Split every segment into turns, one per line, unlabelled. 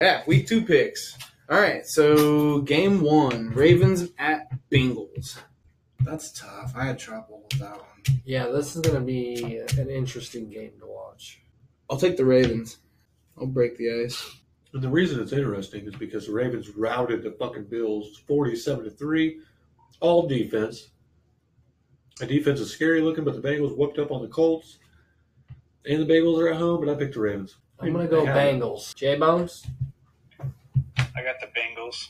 Yeah, week two picks. All right, so game one, Ravens at Bengals.
That's tough. I had trouble with that one.
Yeah, this is going to be an interesting game to watch.
I'll take the Ravens. I'll break the ice.
And the reason it's interesting is because the Ravens routed the fucking Bills forty-seven to three, all defense. The defense is scary looking, but the Bengals whooped up on the Colts, and the Bengals are at home. But I picked the Ravens.
I'm going to go
Yeah.
Bengals. J Bones?
I got the Bengals.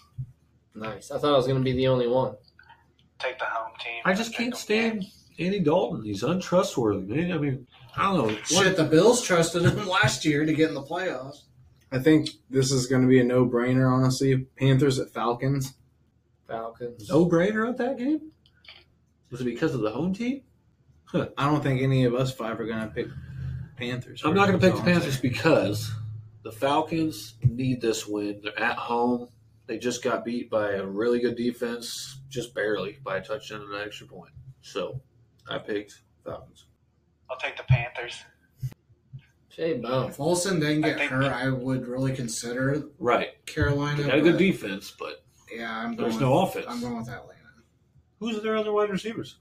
Nice. I thought I was going to be the only one.
Take the home team.
I just can't stand Andy Dalton. He's untrustworthy. Man. I mean, I don't know.
Shit, the Bills trusted him last year to get in the playoffs.
I think this is going to be a no-brainer, honestly. Panthers at Falcons.
Falcons.
No brainer at that game. Was it because of the home team?
I don't think any of us five are going to pick Panthers.
I'm not going to pick
That's
the
all I'm
Panthers because the Falcons need this win. They're at home. They just got beat by a really good defense, just barely by a touchdown and an extra point. So I picked Falcons.
I'll take the Panthers.
J
Oh.
Bones.
If Olsen didn't
I
get
think-
hurt, I would really consider
Right.
Carolina.
They got a good
but-
defense, but
Yeah, I'm going.
there's no offense.
I'm going with Atlanta.
Who's their other wide receivers?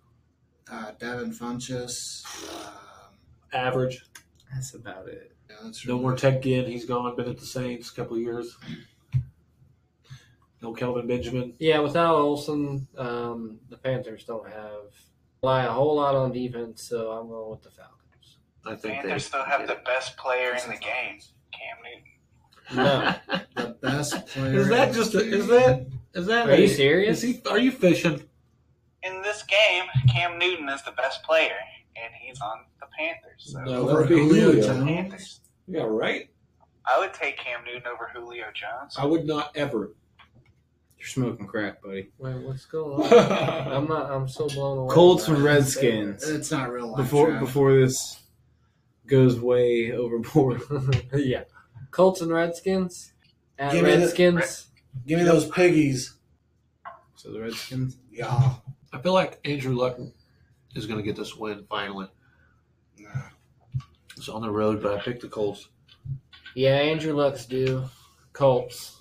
Uh, Devin Funches. Um,
Average.
That's about it.
yeah, that's
No more Ted Ginn. He's gone. Been at the Saints a couple of years. No Kelvin Benjamin.
Yeah, without Olsen, um, the Panthers don't have rely a whole lot on defense, so I'm going with the Falcons.
I
The
think
Panthers still have the best player in the game, Cam Newton.
No.
The best player.
is that
in
just? A,
the
is
game.
that? Is that?
Are you
a-
serious?
Is he, are you fishing?
In this game, Cam Newton is the best player, and he's on the Panthers. So
No, that
over
would be
Julio
Julio.
Jones?
Panthers.
Yeah, right.
I would take Cam Newton over Julio Jones.
I would not ever.
You're smoking crack, buddy.
Wait, what's going on? I'm not. I'm so blown away.
Colts
by
and
it.
Redskins.
It's not real life.
Before
Trav.
before this goes way overboard.
yeah, Colts and Redskins. At
Give me the-
Redskins.
give me those piggies.
So the Redskins.
Yeah.
I feel like Andrew Luck is going to get this win finally.
Nah.
It's on the road, but I picked the Colts.
yeah, Andrew Luck's due. Colts.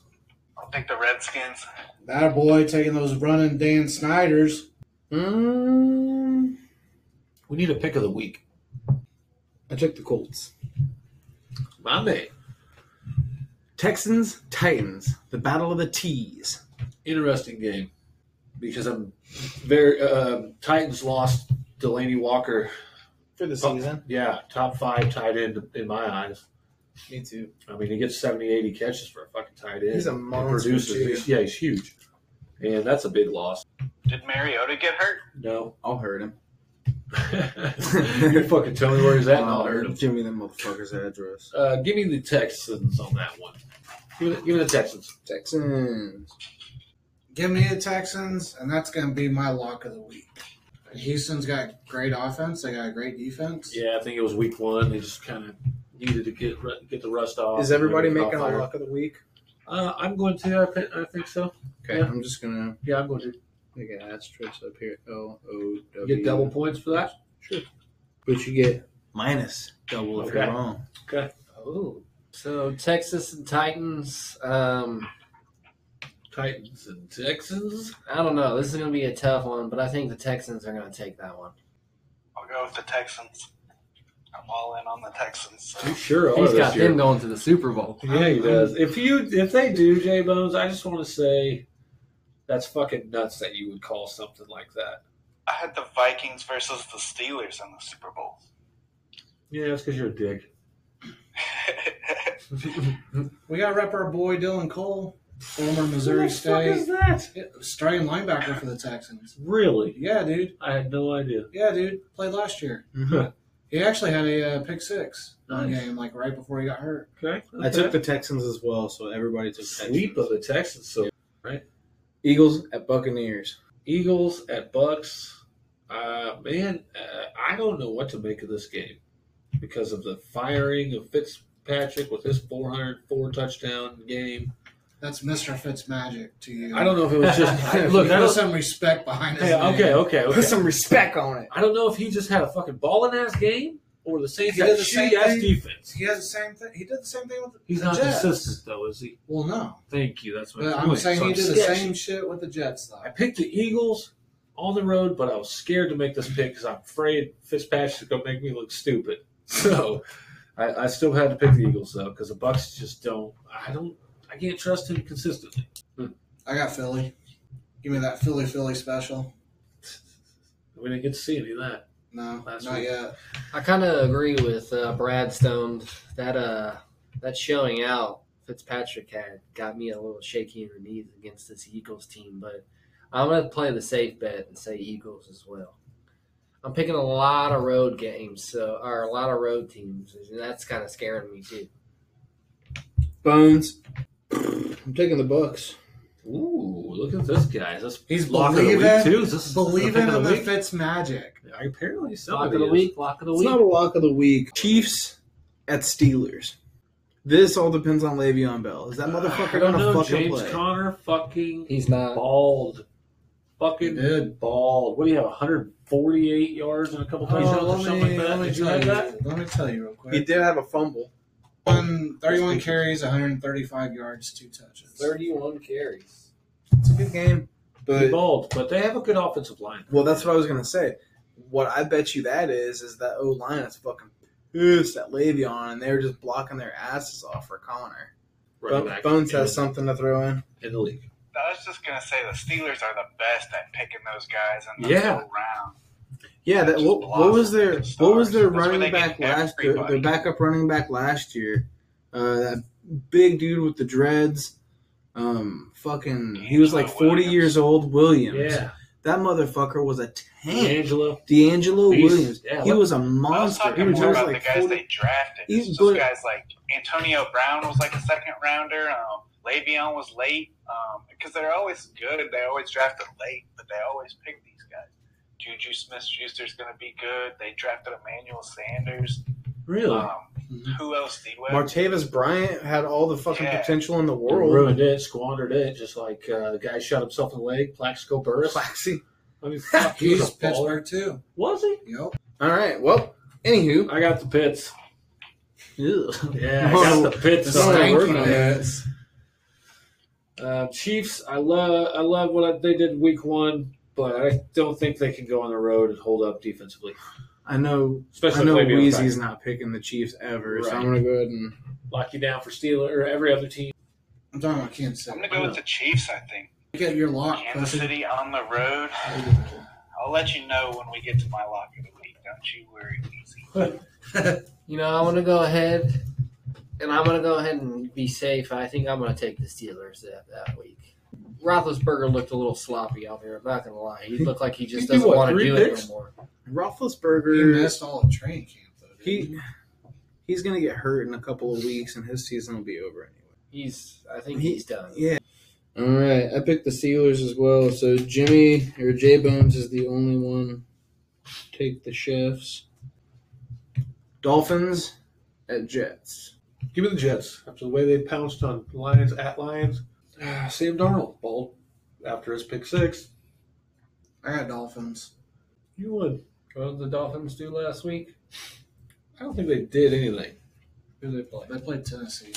I'll take the Redskins.
That boy taking those running Dan Snyders.
Mm,
We need a pick of the week.
I took the Colts.
My man.
Texans, Titans. The battle of the T's.
Interesting game because I'm very. Uh, Titans lost Delaney Walker.
For the
season? Yeah, top five tight end in my eyes.
Me too.
I mean, he gets 70, 80 catches for a fucking tight end.
He's a
He
monster,
produces.
too.
He's- yeah, he's huge. And that's a big loss.
Did Mariota get hurt?
No.
I'll hurt him.
you fucking tell me where he's at and I'll hurt him.
Give me them motherfucker's address.
Uh, give me the Texans on that one. Give me, the- give me the Texans.
Texans.
Give me the Texans, and that's going to be my lock of the week. Houston's got great offense. They got a great defense.
Yeah, I think it was week one. They just kind of needed to get ru- get the rust off.
Is everybody
They were
making
on
a
fire.
lock of the week?
Uh, I'm going to. I think, I think so.
Okay,
Yeah.
I'm just gonna
Yeah, I'm going to.
make an asterisk up here. O O
You
W.
get double points for that.
but you get minus double if
Okay.
you're wrong.
Oh. So Texas and Titans. Um,
Titans and Texans.
I don't know. This is gonna be a tough one, but I think the Texans are gonna take that one.
I'll go with the Texans. I'm all in on the Texans.
You sure are
He's
this
got
year.
them going to the Super Bowl.
Yeah, he does. If you if they do J Bones, I just want to say that's fucking nuts that you would call something like that.
I had the Vikings versus the Steelers in the Super Bowl.
Yeah, that's because you're a dick.
We got to rep our boy Dylan Cole, former Missouri State
that?
starting linebacker for the Texans.
Really?
Yeah, dude.
I had no idea.
Yeah, dude. Played last year.
Mm-hmm.
Mhm.
He actually had a uh, pick six in the
Nice.
game, like right before he got hurt.
Okay.
I took the Texans as well, so everybody took
sweep
Texans.
of the Texans. So
Eagles at Buccaneers.
Eagles at Bucks. Uh, man, uh, I don't know what to make of this game because of the firing of Fitzpatrick with his 404 touchdown game.
That's Mr. Fitzmagic to you.
I don't know if it was just look. I
Put
don't,
some respect behind his
hey,
name.
okay, okay, okay.
respect on it.
I don't know if he just had a fucking balling ass game Or the Saints
He
have
does the same
shitty ass
thing.
defense.
He has the same thing. He did the same thing with the
He's not
Jets.
consistent though, is he?
Well, no.
Thank you. That's what
But
I'm,
I'm
doing. Oh,
saying
So
he
I'm
did the
sketchy.
same shit with the Jets, though.
I picked the Eagles on the road, but I was scared to make this pick because I'm afraid Fitzpatrick's going to make me look stupid. So I, I still had to pick the Eagles though because the Bucks just don't. I don't. I can't trust him consistently.
I got Philly. Give me that Philly Philly special.
We didn't get to see any of that.
No,
Last
not
week.
yet.
I kind of agree with uh, Brad Stone. That uh, that showing out Fitzpatrick had got me a little shaky in the knees against this Eagles team, but I'm gonna play the safe bet and say Eagles as well. I'm picking a lot of road games, so or a lot of road teams, and that's kind of scaring me too.
Bones. I'm taking the Bucks.
Ooh, look at this guy. Is This
He's
lock of the
believing-
week too. Is this this the
Believing
pick
in
of
the
the week?
Fitz magic.
Apparently,
Lock
somebody
of the
is.
week, lock of the
It's
week.
not a lock of the week. Chiefs at Steelers. This all depends on Le'Veon Bell. Is that
Uh, I
motherfucker
don't
gonna
know.
fucking
James
play?
Conner fucking
He's not.
bald. Fucking
He did.
bald. What do you have? 148 yards and a couple
Oh,
touchdowns or
let,
something like
me,
that.
let, me
Did you
tell
have
you,
that?
let me tell you real
he
quick.
did have a fumble.
One, 31 carries, 135 yards, two touches.
31 carries.
It's a good game,
He's
but
bald, but they have a good offensive line.
well, that's what I was gonna say. What I bet you that is is that O line is fucking pissed at Le'Veon, and they're just blocking their asses off for Connor.
Running
Bo-
back
Bones
in,
has something to throw in.
in the league.
I was just gonna say the Steelers are the best at picking those guys in the
Yeah.
whole round.
Yeah, that
Just
what, what was their
blossom.
what was their
That's where
running
they
back
get
last their, their
everybody.
backup running back last year? Uh, that big dude with the dreads, um, fucking he was like
D'Angelo
forty
Williams.
years old. Williams,
Yeah.
that motherfucker was a tank.
Angelo.
D'Angelo
Beast.
Williams,
Yeah,
he
look-
was a
I was
monster.
talking
He was
more about
like
the guys
40
they drafted.
He's
It's
good-
Those guys like Antonio Brown was like a second rounder. Um, Le'Veon was late because they're always good. They always draft it late, but they always pick these guys. Juju Smith-Schuster's going to be good. They drafted Emmanuel Sanders.
Uh,
Really?
Um,
mm-hmm.
who else? D-Web?
Martavis Bryant had all the fucking
Yeah.
potential in the
They
world.
ruined it, squandered it, just like uh, the guy shot himself in the leg, Plaxico Burris.
Classy.
I mean, fuck, he was
He's
a baller.
Pittsburgh, too.
Was he?
Yep.
All right. Well, anywho,
I got the pits.
Ugh.
Yeah, I
Whoa.
got the pits.
This
on
stanky
working on
man.
it. Uh, Chiefs, I love I love what I, they did week one, but I don't think they can go on the road and hold up defensively.
I know
Especially
I know
if Le'Veon's
Wheezy's not picking the Chiefs ever, so
Right.
I'm gonna go ahead and
back. lock you down for Steeler or every other team.
I'm talking about Kansas
I'm
City.
going to go with the Chiefs, I think.
Get your lock.
Kansas
pussy.
City on the road. I'll let you know when we get to my lock of the week. Don't you worry, easy.
You know, I want to go ahead, and I'm going to go ahead and be safe. I think I'm going to take the Steelers that, that week. Roethlisberger looked a little sloppy out there. I'm not going to lie. He looked like he
He
just
threw,
doesn't
what,
want to
three
do
picks?
it anymore.
He
Roethlisberger
missed all of training camp, though. dude.
he he's gonna get hurt in a couple of weeks, and his season will be over anyway.
He's, I think
He-
he's done.
Yeah. All right, I picked the Steelers as well. So Jimmy or J Bones is the only one take the chefs. Dolphins at Jets.
Give me the Jets after the way they pounced on Lions at Lions. Ah, Sam Darnold bald after his pick six.
I got Dolphins.
You would.
What did the Dolphins do last week?
I don't think they did anything.
Who did they play?
They played Tennessee.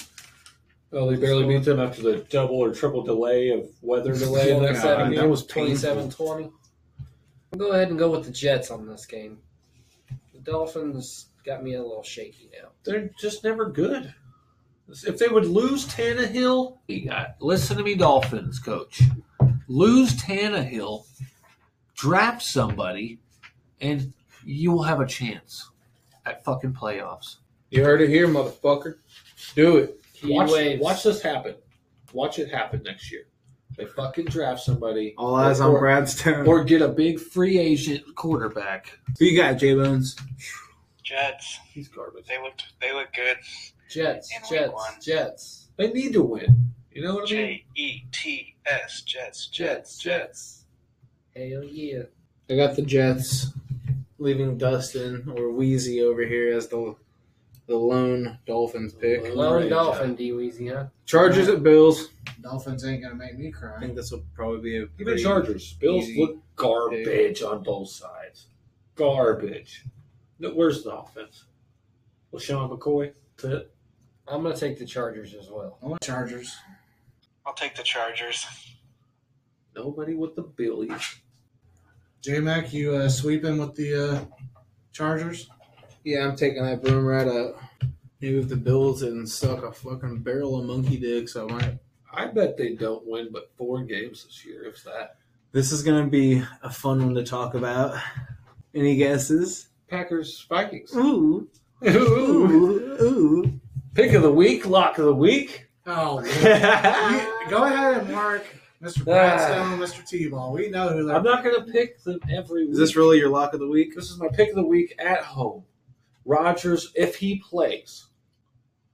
Oh, they barely beat them after the double or triple delay of weather delay.
Oh,
in that
God,
seven
that
game.
was painful.
20. I'll go ahead and go with the Jets on this game. The Dolphins got me a little shaky now.
They're just never good. If they would lose Tannehill,
You got listen to me, Dolphins coach. Lose Tannehill, draft somebody, and you will have a chance at fucking playoffs.
You heard it here, motherfucker. Do it.
He
Watch,
waves.
watch this happen. Watch it happen next year. They fucking draft somebody.
All eyes on
or,
Bradstone.
or get a big free agent quarterback.
Who you got, J Bones?
Jets.
He's garbage.
They look they look good.
Jets,
in week one.
Jets, Jets,
they need to win. You know what I mean?
J E T S Jets
Jets,
Jets Jets.
Hell yeah.
I got the Jets, leaving Dustin or Wheezy over here as the the lone Dolphins pick.
Lone
Right,
Dolphin, D Weezy, huh?
Chargers at Bills.
Dolphins ain't going to make me
I
cry.
think this will probably be a
Give me the
pretty-
Chargers.
Bills
Easy.
look garbage on both sides. Garbage. No, Where's the offense? LaShawn McCoy. That's it.
I'm gonna take the Chargers as well.
I want Chargers.
I'll take the Chargers.
Nobody with the Billies.
J Mac, you uh, sweeping with the uh, Chargers?
Yeah, I'm taking that broom right up. Maybe if the Bills didn't suck a fucking barrel of monkey dicks, I might.
I bet they don't win but four games this year, if that.
This is gonna be a fun one to talk about. Any guesses?
Packers, Vikings.
Ooh,
Ooh.
ooh,
Pick of the week, lock of the week.
Oh,
Ah.
I'm
You- go ahead and mark Mr. Bradstone, Mr. T-Ball. We know who that.
Ah. not going to pick them every week.
Is this really your lock of the week?
This is my pick of the week at home. Rodgers, if he plays,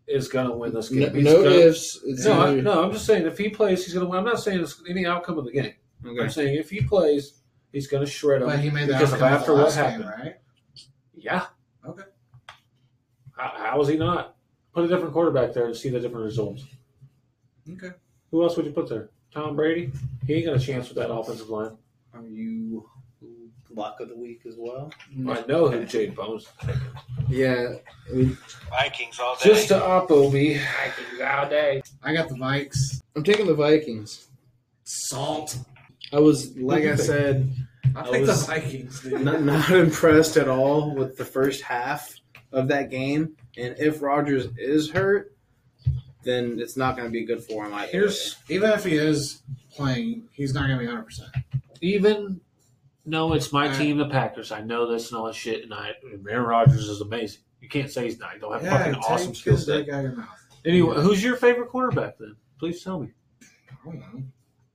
is going to win this game. He's gonna-
ifs.
no, I, no, I'm just saying if he plays, he's going to win. I'm not saying it's any outcome of the game. I'm
Okay.
saying if he plays, he's going to shred him
But he made that
because of
outcome
after
the
what
last game,
happened.
right?
Yeah.
Okay.
How, how is he not? Put a different quarterback there and see the different results.
Okay.
Who else would you put there? Tom Brady? He ain't got a chance with that offensive line.
Are you lock of the week as well?
I know who Jay Bones is taking.
Yeah.
Vikings all day.
Just to oppo me. all day.
I got the Vikes.
I'm taking the Vikings.
Salt.
I was, like
you
I
think?
said,
I
I
think
was-
the Vikings, dude.
not, not impressed at all with the first half of that game. And if Rodgers is hurt, then it's not going to be good for him. I
Here's
Even if he is playing, he's not going to be 100%.
even no, it's my
Uh,
team, the Packers. I know this and all that shit, and I and Aaron Rodgers is amazing. You can't say he's not. You don't have fucking
take
awesome
his
skill
dick
set.
out of your mouth.
Anyway, who's your favorite quarterback then? Please tell me.
I don't know.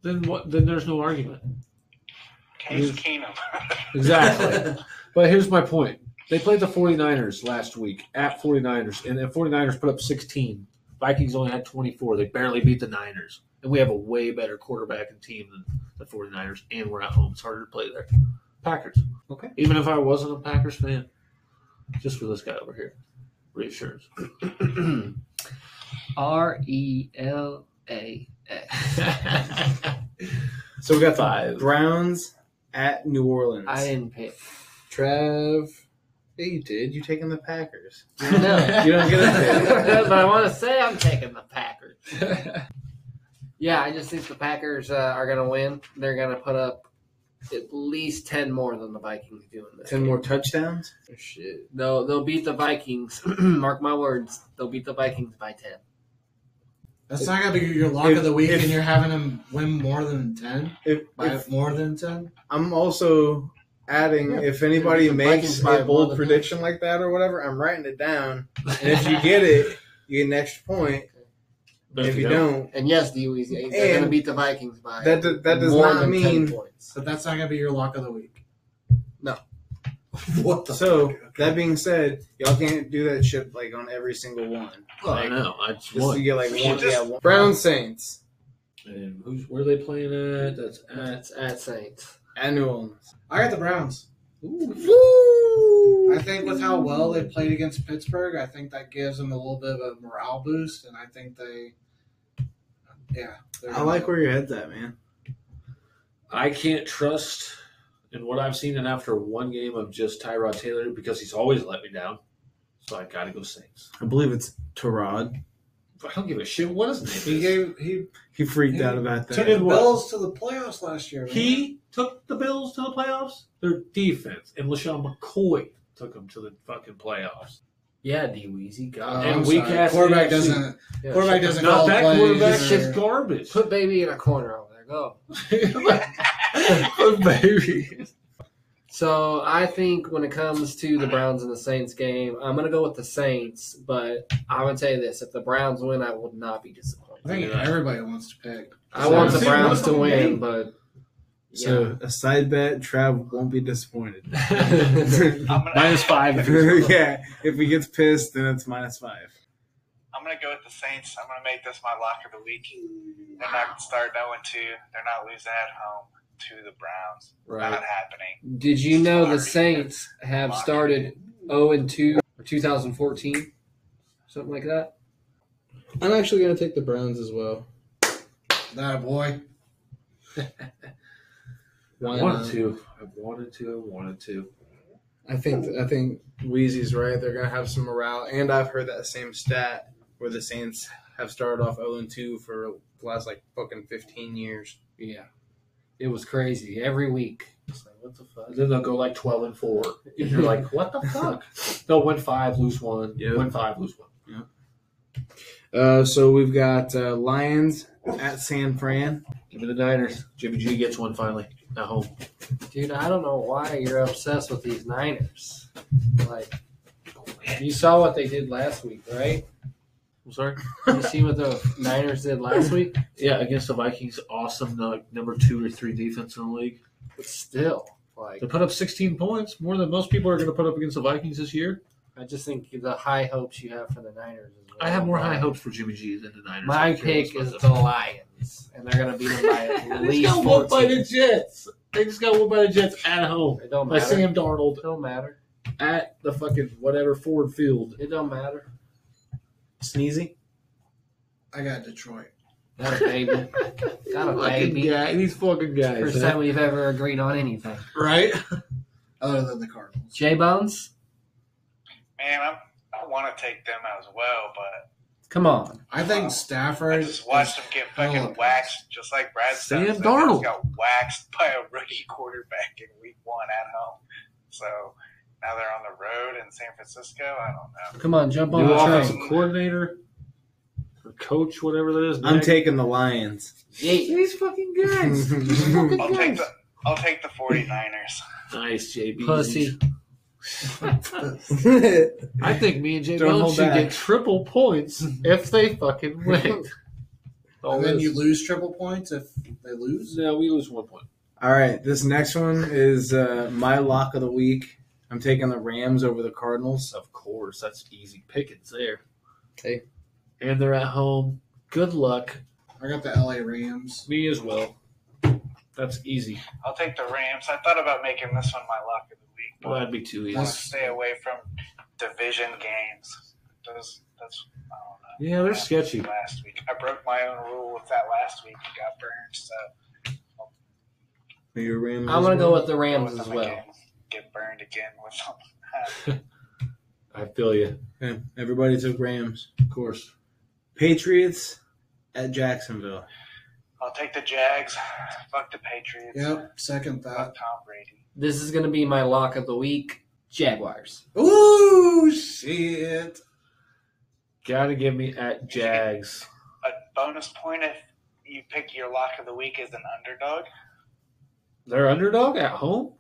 Then what then there's no argument.
Case Keenum.
Exactly. but here's my point. They played the 49ers last week at 49ers, and the 49ers put up 16. Vikings only had 24. They barely beat the Niners. And we have a way better quarterback and team than the 49ers, and we're at home. It's harder to play there. Packers.
Okay.
Even if I wasn't a Packers fan, just for this guy over here. Reassurance.
R E L A X.
So we got the
Five.
Browns at New Orleans.
I didn't pick.
Trav. Yeah, you did. You taking the Packers?
No.
You don't get
but
it.
I want to say I'm taking the Packers. Yeah, I just think the Packers uh, are going to win. They're going to put up at least 10 more than the Vikings do in this.
Ten
game.
more touchdowns. Shit.
They'll, they'll beat the Vikings. Mark my words. They'll beat the Vikings by 10.
That's not going to be your lock
If-
of the week,
if-
and you're having him win more than 10?
If,
By
if-
more than 10?
I'm also adding,
Yeah.
if anybody
The Vikings
makes
by
a
more
bold
than
prediction like that or whatever, I'm writing it down. And if you get it, you get an extra point. if you don't,
And yes, the Eagles, they're going to
And
beat the Vikings by
that do- that does
more
not
than 10
mean.
points.
But that's not going to be your lock of the week.
No.
what the
So that being said, y'all can't do that shit like on every single one.
I know. I just
Just to
won.
get like
You
one.
just-
yeah, one. Brown Saints
And who's where are they playing at? That's at
That's at Saints.
at New Orleans.
I got the Browns. I think with how well they played against Pittsburgh, I think that gives them a little bit of a morale boost, and I think they, yeah, they're-
I like where your head's at, man.
I can't trust in what I've seen, and after one game of just Tyrod Taylor because he's always let me down. So I gotta go Saints.
I believe it's Tarod.
I don't give a shit what his name
he
is.
gave he
He freaked
Yeah.
out about
took
that.
the
did what?
Bills to the playoffs last year. man.
He took the Bills to the playoffs. Their defense and LaShawn McCoy took them to the fucking playoffs.
Yeah, D Weezy.
Oh,
God.
And
I'm
weak
sorry.
ass
quarterback
AFC.
doesn't
Yeah,
quarterback
shut
doesn't
Not
call
that
plays.
quarterback
or-
shit's garbage.
the- Put baby in a corner over there. Go.
Oh,
Baby.
So I think when it comes to the Browns and the Saints game, I'm gonna go with the Saints. But I'm gonna tell you this: if the Browns win, I will not be
I
disappointed.
think everybody wants to pick.
I want the
See,
Browns
what's
to
the
win,
game?
but
So a side bet, Trav won't be disappointed. yeah,
I'm gonna,
Minus five.
if he gets pissed, then it's minus five.
I'm gonna go with the Saints. I'm gonna make this my lock of the week. They're not gonna start knowing two. They're not losing at home to the Browns. Not
Right.
happening.
did you know the Saints have started 0 and 2 or 2014, something like that?
I'm actually gonna take the Browns as well.
That boy.
Why
I wanted to. I wanted to. I wanted to.
I I think I think Wheezy's right. They're gonna have some morale, and I've heard that same stat where the Saints have started off 0 2 for the last like fucking 15 years.
Yeah, it was crazy every week.
It's like, what the fuck? Then they'll go like twelve and four. And you're like, what the fuck? They'll win five, lose one.
Yeah.
Win five, lose one.
Uh, so we've got uh, Lions at San Fran.
Give me the Niners. Jimmy G gets one finally at home.
Dude, I don't know why you're obsessed with these Niners. Like, you saw what they did last week, right?
I'm sorry.
You see what the Niners did last week?
Yeah, against the Vikings, awesome uh, number two or three defense in the league.
But still, like,
They put up 16 points, more than most people are going to put up against the Vikings this year.
I just think the high hopes you have for the Niners. Is
I have more high hopes for Jimmy G than the Niners.
My
I'm curious
pick
about
is
this.
the Lions, and they're going to beat them by at
They
least
just got whooped by
14.
the Jets. They just got whooped by the Jets at home
It don't
by
matter.
Sam Darnold
It don't matter.
at the fucking whatever Ford Field.
It don't matter.
Sneezy.
I got Detroit.
Not a baby. Not a
Fucking
baby.
guy, these fucking guys. eh?
First
huh?
time we've ever agreed on anything.
Right? Other than the Cardinals.
J Bones,
Man, I'm, I want to take them as well, but
come on.
I think
Wow.
Stafford.
I just watched them get fucking
Holocaust.
waxed, just like Brad
Sam
said. They
Darnold.
got waxed by a rookie quarterback in week one at home. So now they're on the road in San Francisco. I don't know.
Come on, jump on
New
the
offensive
train.
coordinator, or coach, whatever that is.
I'm
Nick.
taking the Lions.
Yeah.
these fucking guys. These fucking
I'll take
guys.
the I'll take the 49ers.
Nice, JB.
Pussy.
That's
I think me and J
Don't
Bones
hold
should
back.
get triple points if they fucking win.
and then you lose triple points if they lose.
Oh, No, we lose one point.
All right, this next one is uh, my lock of the week. I'm taking the Rams over the Cardinals.
Of course, that's easy pickings there.
Okay.
And they're at home. Good luck.
I got the LA Rams.
Me as well. That's easy.
I'll take the Rams. I thought about making this one my lock of the week, but
Well, that'd be too
I want to
easy.
stay away from division games. Those, that's I don't know.
Yeah, they're sketchy.
last week. I broke my own rule with that last week and got burned, so
Are you a Rams?
I'm going to
as
go
well?
with the Rams
with
as
them
well.
again, Get burned again with them.
I feel you.
Okay, everybody took Rams.
Of course.
Patriots at Jacksonville.
I'll take the Jags. Fuck the Patriots.
Yep, second
Fuck
thought.
Tom Brady.
This is going to be my lock of the week Jaguars.
Ooh, shit.
Gotta give me at Jags.
A bonus point if you pick your lock of the week as an underdog.
They're underdog at home?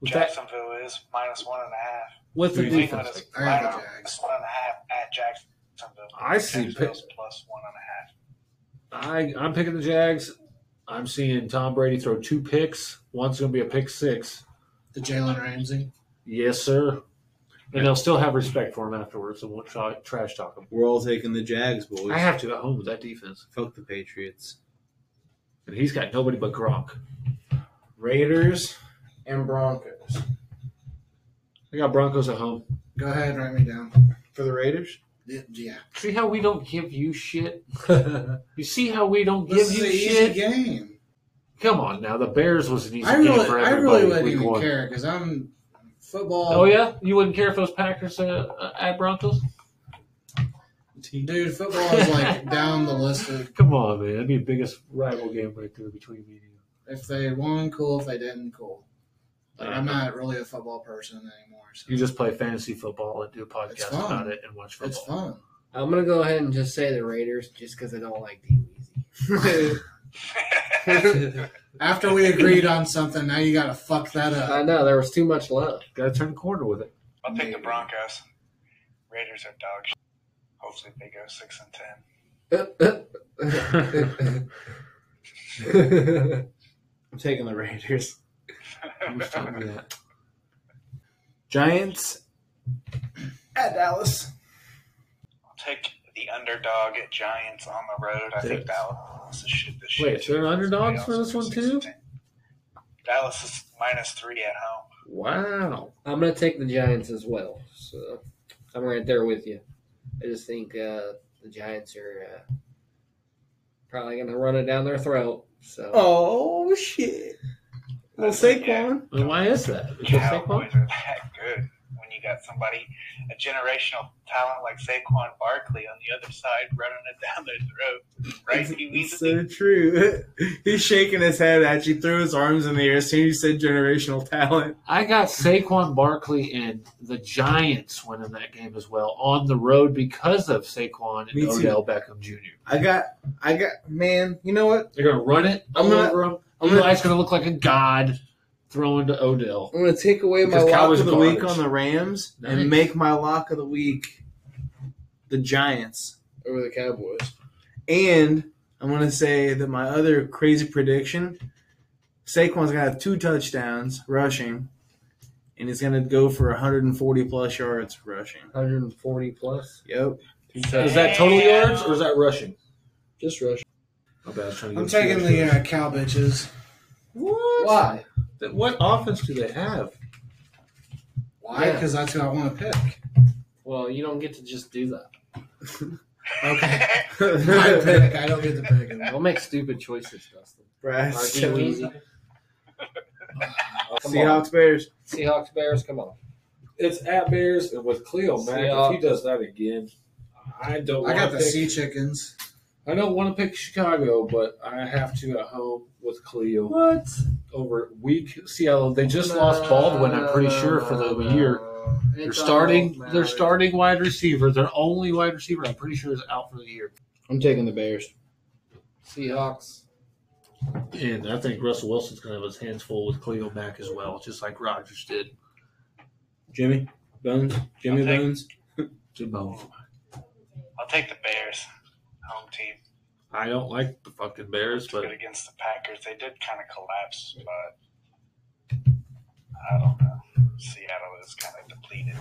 With that
Jacksonville is minus one and a half.
with the
New England
defense.
is
I got the
minus
Jags.
one and a half at Jacksonville.
I see.
Jacksonville's plus one and a half.
I, I'm picking the Jags. I'm seeing Tom Brady throw two picks. One's gonna be a pick six.
The Jalen Ramsey.
Yes, sir. And they'll still have respect for him afterwards and won't tra- trash talk him.
We're all taking the Jags, boys.
I have to at home with that defense.
Fuck the Patriots.
And he's got nobody but Gronk.
Raiders and Broncos.
I got Broncos at home.
Go ahead, write me down.
For the Raiders?
Y- Yeah.
See how we don't give you shit? you see how we don't give
This
you
is an
shit?
easy game.
Come on now. The Bears was an easy
I really,
game for
I
everybody.
really wouldn't
week
even
one.
care because I'm football.
Oh, yeah? You wouldn't care if those Packers uh, at Broncos?
Dude, football is like down the list of
Come on, man. That'd be the biggest rival game right there between me and you.
if they won, cool. If they didn't, cool. Like, I'm not really a football person anymore. So
You just play fantasy football and do a
It's
podcast
fun.
about it and watch football.
it's fun.
I'm going to go ahead and just say the Raiders just because I don't like the Weezy.
After we agreed on something, now you gotta fuck that up.
I know, there was too much love.
Gotta turn the corner with it.
I'll take the
Maybe.
Broncos. Raiders are dog shit. Hopefully they go six and ten.
I'm taking the Raiders.
I'm just telling you that.
Giants at Dallas.
I'll take the underdog at Giants on the road. I think
Yes.
Dallas is shit this
Wait,
year.
they're underdogs for this one,
Six and
too?
ten. Dallas is minus three at home.
Wow.
I'm going to take the Giants as well. So I'm right there with you. I just think uh, the Giants are uh, probably going to run it down their throat. So
Oh, shit. Well, Saquon.
Why is that? Is it
Cowboys
Saquon?
are that good. got somebody, a generational talent like Saquon Barkley on the other side running it down their throat. Right, Pee Wee?
It's so true. He's shaking his head at you, threw his arms in the air as soon as you said generational talent.
I got Saquon Barkley and the Giants winning that game as well on the road because of Saquon and
Me too.
Odell Beckham Jr.
I got, I got, man, you know what?
They're gonna run it
I'm
all
gonna-
over him.
I'm
Eli's
gonna-
gonna, look like a god throwing to Odell.
I'm going to take away my
Because
lock
Cowboys
of the
are
week
garbage.
on the Rams
Nice.
and make my lock of the week the Giants over the Cowboys. And I'm going to say that my other crazy prediction Saquon's going to have two touchdowns rushing, and he's going to go for 140 plus yards rushing.
140 plus.
Yep.
Is that total yards or is that rushing?
Just rush.
My bad, I was trying to
I'm
get a
taking
few
the
extra.
uh, cow bitches.
What?
Why?
Th- What offense do they have?
Why?
Yeah.
Because that's who I want to pick.
Well, you don't get to just do that.
Okay. My pick. I don't get to pick it.
Don't make stupid choices, Dustin.
Brad
Are you
Jones.
easy? Come on.
Seahawks Bears.
Seahawks, Bears, come on.
It's at Bears and with Cleo Mack.
Seahawks.
If he does that again, I don't.
I
wanna
got the
pick-
sea chickens.
I don't want to pick Chicago, but I have to at home with Cleo
What?
over weak Seattle. They just
No.
lost.
lost Baldwin, I'm pretty sure, for the year.
Uh,
They're starting. They're starting wide receiver. Their only wide receiver, I'm pretty sure, is out for the year.
I'm taking the Bears.
Seahawks.
And I think Russell Wilson's gonna have his hands full with Cleo Mack as well, just like Rodgers did.
Jimmy Bones. Jimmy
I'll take-
Bones.
To both.
I'll take the Bears, home team.
I don't like the fucking Bears,
It's good against the Packers. They did kind of collapse, but I don't know. Seattle is kind of depleted.